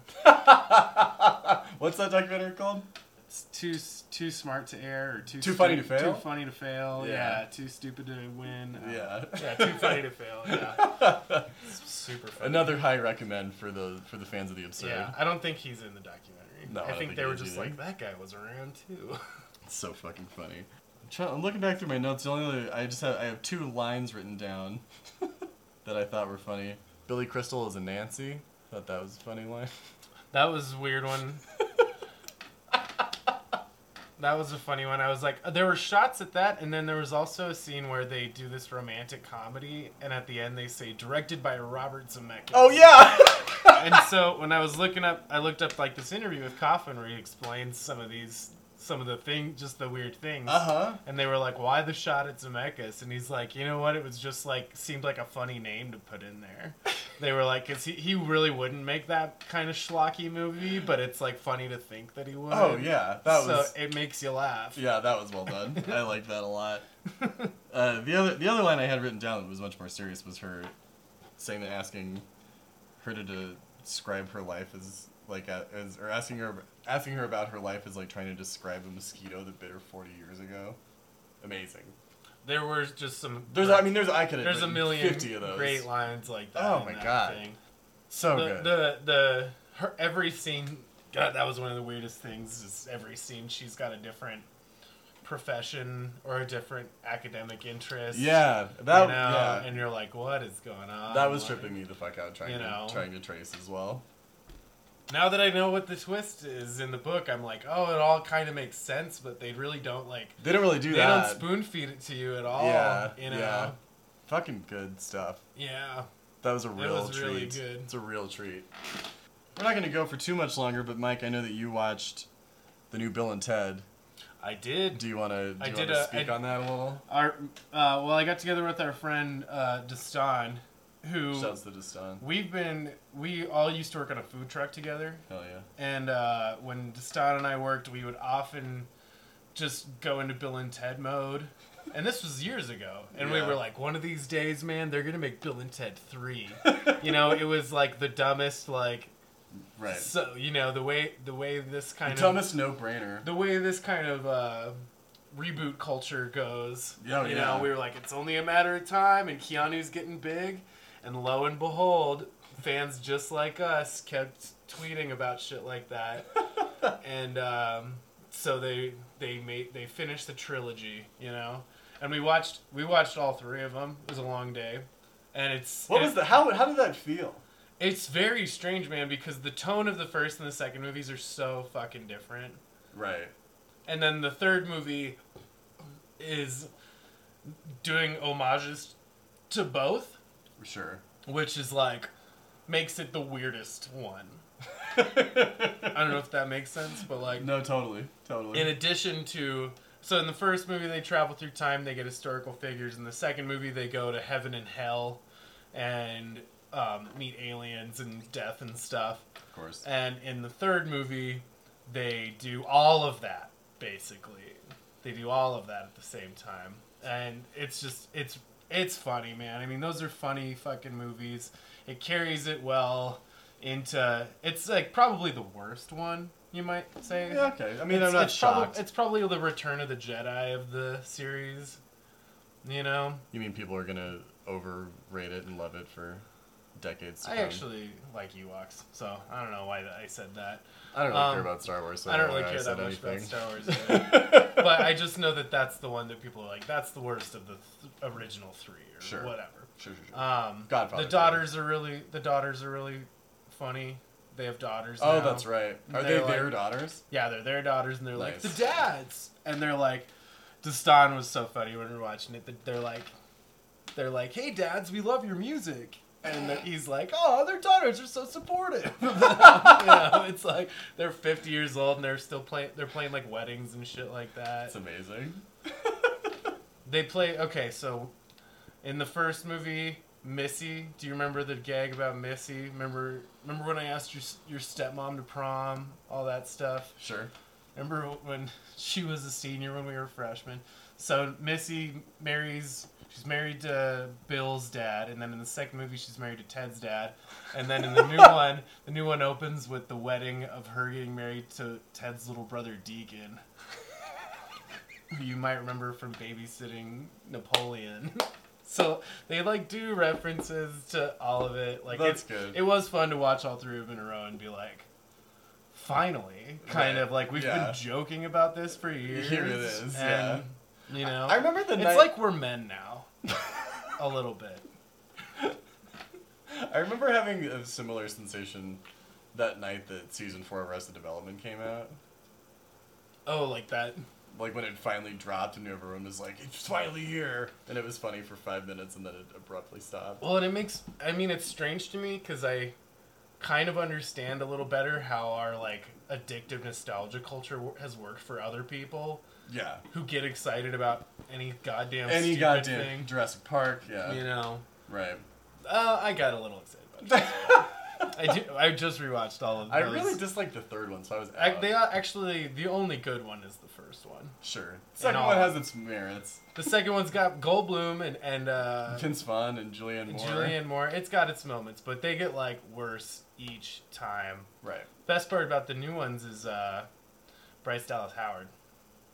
S3: What's that documentary called?
S4: It's too too smart to air or too
S3: Too funny to fail?
S4: Too funny to fail.
S3: Yeah.
S4: Yeah. Too stupid to win. uh,
S3: Yeah. [LAUGHS]
S4: Yeah, too funny to fail. Yeah. It's super funny.
S3: Another high recommend for the for the fans of the absurd.
S4: Yeah, I don't think he's in the documentary.
S3: No, I
S4: I
S3: don't
S4: think
S3: think
S4: they
S3: he
S4: were
S3: is
S4: just
S3: either.
S4: like that guy was around too. [LAUGHS]
S3: It's so fucking funny. I'm, try- I'm looking back through my notes. The only other- I just have I have two lines written down [LAUGHS] that I thought were funny. Billy Crystal is a Nancy. Thought that was a funny line.
S4: That was a weird one. [LAUGHS] that was a funny one. I was like, there were shots at that, and then there was also a scene where they do this romantic comedy, and at the end they say directed by Robert Zemeckis.
S3: Oh yeah.
S4: and so when I was looking up, I looked up like this interview with Coffin where he explains some of these, some of the thing, just the weird things.
S3: uh huh.
S4: And they were like, "Why the shot at Zemeckis?" And he's like, "You know what? It was just like seemed like a funny name to put in there."
S3: [LAUGHS]
S4: They were like, "Cause he, he really wouldn't make that kind of schlocky movie, but it's like funny to think that he would."
S3: Oh yeah. That
S4: so
S3: was.
S4: it makes you laugh.
S3: Yeah, that was well done. I liked that a
S4: [LAUGHS]
S3: lot. Uh, the other the other line I had written down that was much more serious was her saying that asking her to, to describe her life as like a- as or asking her asking her about her life is like trying to describe a mosquito that bit her forty years ago. Amazing.
S4: There were just some.
S3: There's I mean there's I could have
S4: there's a
S3: written
S4: million
S3: fifty of those.
S4: great lines like that.
S3: Oh
S4: in
S3: my
S4: that
S3: God.
S4: Thing.
S3: So
S4: the,
S3: good.
S4: the the her every scene god that was one of the weirdest things is every scene she's got a different profession or a different academic interest
S3: yeah, that
S4: you know,
S3: yeah.
S4: and you're like what is going on
S3: that was
S4: Like,
S3: tripping me the fuck out trying
S4: you know.
S3: to trying to trace as well.
S4: now that i know what the twist is in the book i'm like oh it all kind of makes sense but they really don't like
S3: They don't really do
S4: they
S3: that.
S4: don't spoon feed it to you at all
S3: yeah,
S4: you know
S3: yeah. Fucking good stuff.
S4: yeah
S3: That was a real
S4: was
S3: treat.
S4: really good.
S3: It's a real treat. We're not going to go for too much longer, but Mike, I know that you watched the new Bill and Ted.
S4: i did
S3: Do you want to? Do
S4: I
S3: you want
S4: did
S3: to
S4: a-
S3: speak
S4: I-
S3: on that a little?
S4: our uh, well i got together with our friend uh, destan who
S3: Shouts to Destan.
S4: We've been we all used to work on a food truck together,
S3: Hell yeah.
S4: and uh, when Destan and I worked, we would often just go into Bill and Ted mode. And this was years ago, and we
S3: Yeah.
S4: were like, one of these days, man, they're gonna make Bill and Ted three. you know, it was like the dumbest, like
S3: Right.
S4: so you know the way the way this kind of
S3: Dumbest no-brainer.
S4: the way this kind of uh, reboot culture goes.
S3: Yeah,
S4: you
S3: Oh, yeah.
S4: know, we were like, it's only a matter of time, and Keanu's getting big, and lo and behold, fans just like us kept tweeting about shit like
S3: [LAUGHS]
S4: that, and um, so they they made they finished the trilogy, you know, and we watched we watched all three of them. It was a long day. And it's
S3: What
S4: and-
S3: was the? How how did that feel?
S4: It's very strange, man, because the tone of the first and the second movies are so fucking different
S3: Right.
S4: and then the third movie is doing homages to both,
S3: For sure.
S4: which is like makes it the weirdest one. I don't know if that makes sense, but like
S3: No, totally, totally.
S4: in addition to so in the first movie they travel through time, they get historical figures. In the second movie they go to heaven and hell and um, meet aliens and death and stuff.
S3: of course.
S4: And in the third movie, they do all of that, basically. They do all of that at the same time. And it's just, it's, it's funny, man. I mean, those are funny fucking movies. It carries it well into, it's like probably the worst one, you might say.
S3: yeah, okay. I mean,
S4: It's-
S3: I'm not
S4: it's prob-
S3: shocked.
S4: it's probably the Return of the Jedi of the series, you know?
S3: you mean people are gonna overrate it and love it for decades? To
S4: I
S3: come?
S4: actually like Ewoks, so I don't know why I said that.
S3: I don't really
S4: um,
S3: care about Star Wars. So
S4: I don't
S3: why
S4: really care
S3: said
S4: that much about
S3: anything. [LAUGHS]
S4: Star Wars, either. but I just know that that's the one that people are like, that's the worst of the th- original three or
S3: Sure.
S4: whatever.
S3: Sure, sure, sure.
S4: Um,
S3: Godfather
S4: The daughters are really the daughters are really funny. They have daughters.
S3: Oh,
S4: now.
S3: that's right. Are they
S4: They're like-
S3: their daughters?
S4: Yeah, they're their daughters, and they're like
S3: Nice.
S4: the dads, and they're like, Destan was so funny when we were watching it. That they're like, they're like, hey dads, we love your music, and the- he's like, "Oh, their daughters are so supportive." [LAUGHS] you know, it's like they're 50 years old and they're still playing. They're playing like weddings and shit like that.
S3: It's amazing.
S4: They play. Okay, so in the first movie, Missy. Do you remember the gag about Missy? Remember, remember when I asked your s- your stepmom to prom, all that stuff.
S3: Sure.
S4: Remember when she was a senior when we were freshmen? So Missy marries. She's married to Bill's dad, and then in the second movie, she's married to Ted's dad, and then in the
S3: [LAUGHS]
S4: new one, the new one opens with the wedding of her getting married to Ted's little brother Deacon, who [LAUGHS] you might remember from babysitting Napoleon. [LAUGHS] So they like do references to all of it. Like
S3: That's
S4: it's,
S3: good.
S4: It was fun to watch all three of them in a row and be like, finally, kind
S3: Right.
S4: of like we've
S3: Yeah.
S4: been joking about this for years.
S3: Here it is,
S4: and, You know,
S3: I remember the
S4: it's
S3: night-
S4: like we're men now,
S3: [LAUGHS]
S4: a little bit.
S3: I remember having a similar sensation that night that season four of Arrested Development came out.
S4: Oh, like that.
S3: Like when it finally dropped and everyone was like, "It's finally here," and it was funny for five minutes and then it abruptly stopped.
S4: Well, and it makes. I mean, it's strange to me because I kind of understand a little better how our like addictive nostalgia culture wo- has worked for other people
S3: Yeah.
S4: who get excited about any goddamn
S3: Any
S4: stupid
S3: goddamn
S4: thing.
S3: Jurassic Park. Yeah.
S4: You know,
S3: Right.
S4: uh, I got a little excited.
S3: [LAUGHS]
S4: About it. I do, I just rewatched all of.
S3: I
S4: those.
S3: really disliked the third one, so I was
S4: Ac-
S3: out.
S4: they are actually the only good one is the first one.
S3: sure. Second
S4: all.
S3: one has its merits.
S4: The second one's got Goldblum and and uh,
S3: Vince Vaughn and Julianne Moore.
S4: Julianne Moore. It's got its moments, but they get like worse each time.
S3: Right.
S4: Best part about the new ones is uh, Bryce Dallas Howard.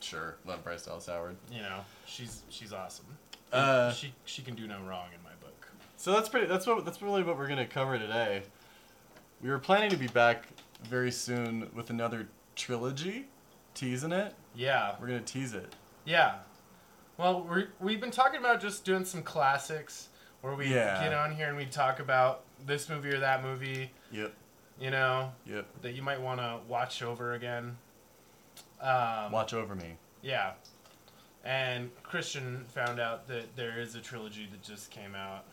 S3: Sure. Love Bryce Dallas Howard.
S4: You know, she's she's awesome.
S3: Uh,
S4: she she can do no wrong in my book.
S3: So that's pretty. That's what. That's really what we're gonna cover today. We were planning to be back very soon with another trilogy, teasing it.
S4: Yeah,
S3: We're gonna tease it.
S4: yeah. Well, we we've been talking about just doing some classics where we
S3: Yeah.
S4: get on here and we talk about this movie or that movie.
S3: Yep.
S4: You know,
S3: Yep.
S4: that you might want to watch over again. Um,
S3: Watch over me.
S4: Yeah. And Christian found out that there is a trilogy that just came out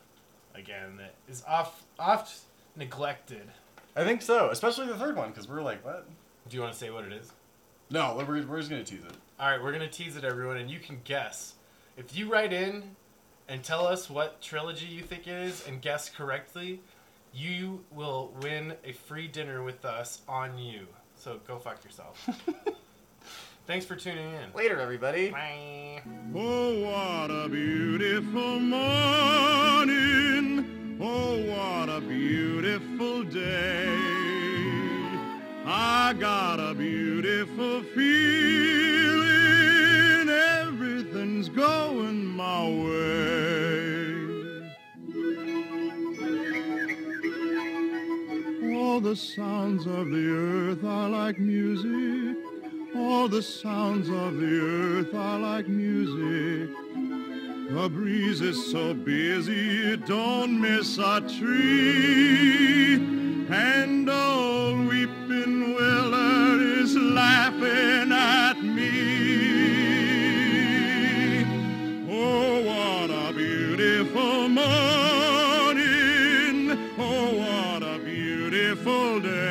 S4: again that is oft, oft neglected.
S3: I think so, especially the third one, because we're like, what?
S4: Do you want to say what it is?
S3: No, we're, we're just gonna tease it.
S4: All right, we're going to tease it, everyone, and you can guess. If you write in and tell us what trilogy you think it is and guess correctly, you will win a free dinner with us on you. So go fuck
S3: [LAUGHS]
S4: yourself. Thanks for tuning in.
S3: Later, everybody.
S4: Bye.
S6: Oh, what a beautiful morning. Oh, what a beautiful day. I got a beautiful feeling. Everything's going my way. All the sounds of the earth are like music. All the sounds of the earth are like music. The breeze is so busy, it don't miss a tree. And old weeping Willard is laughing at me. Oh, what a beautiful morning. Oh, what a beautiful day.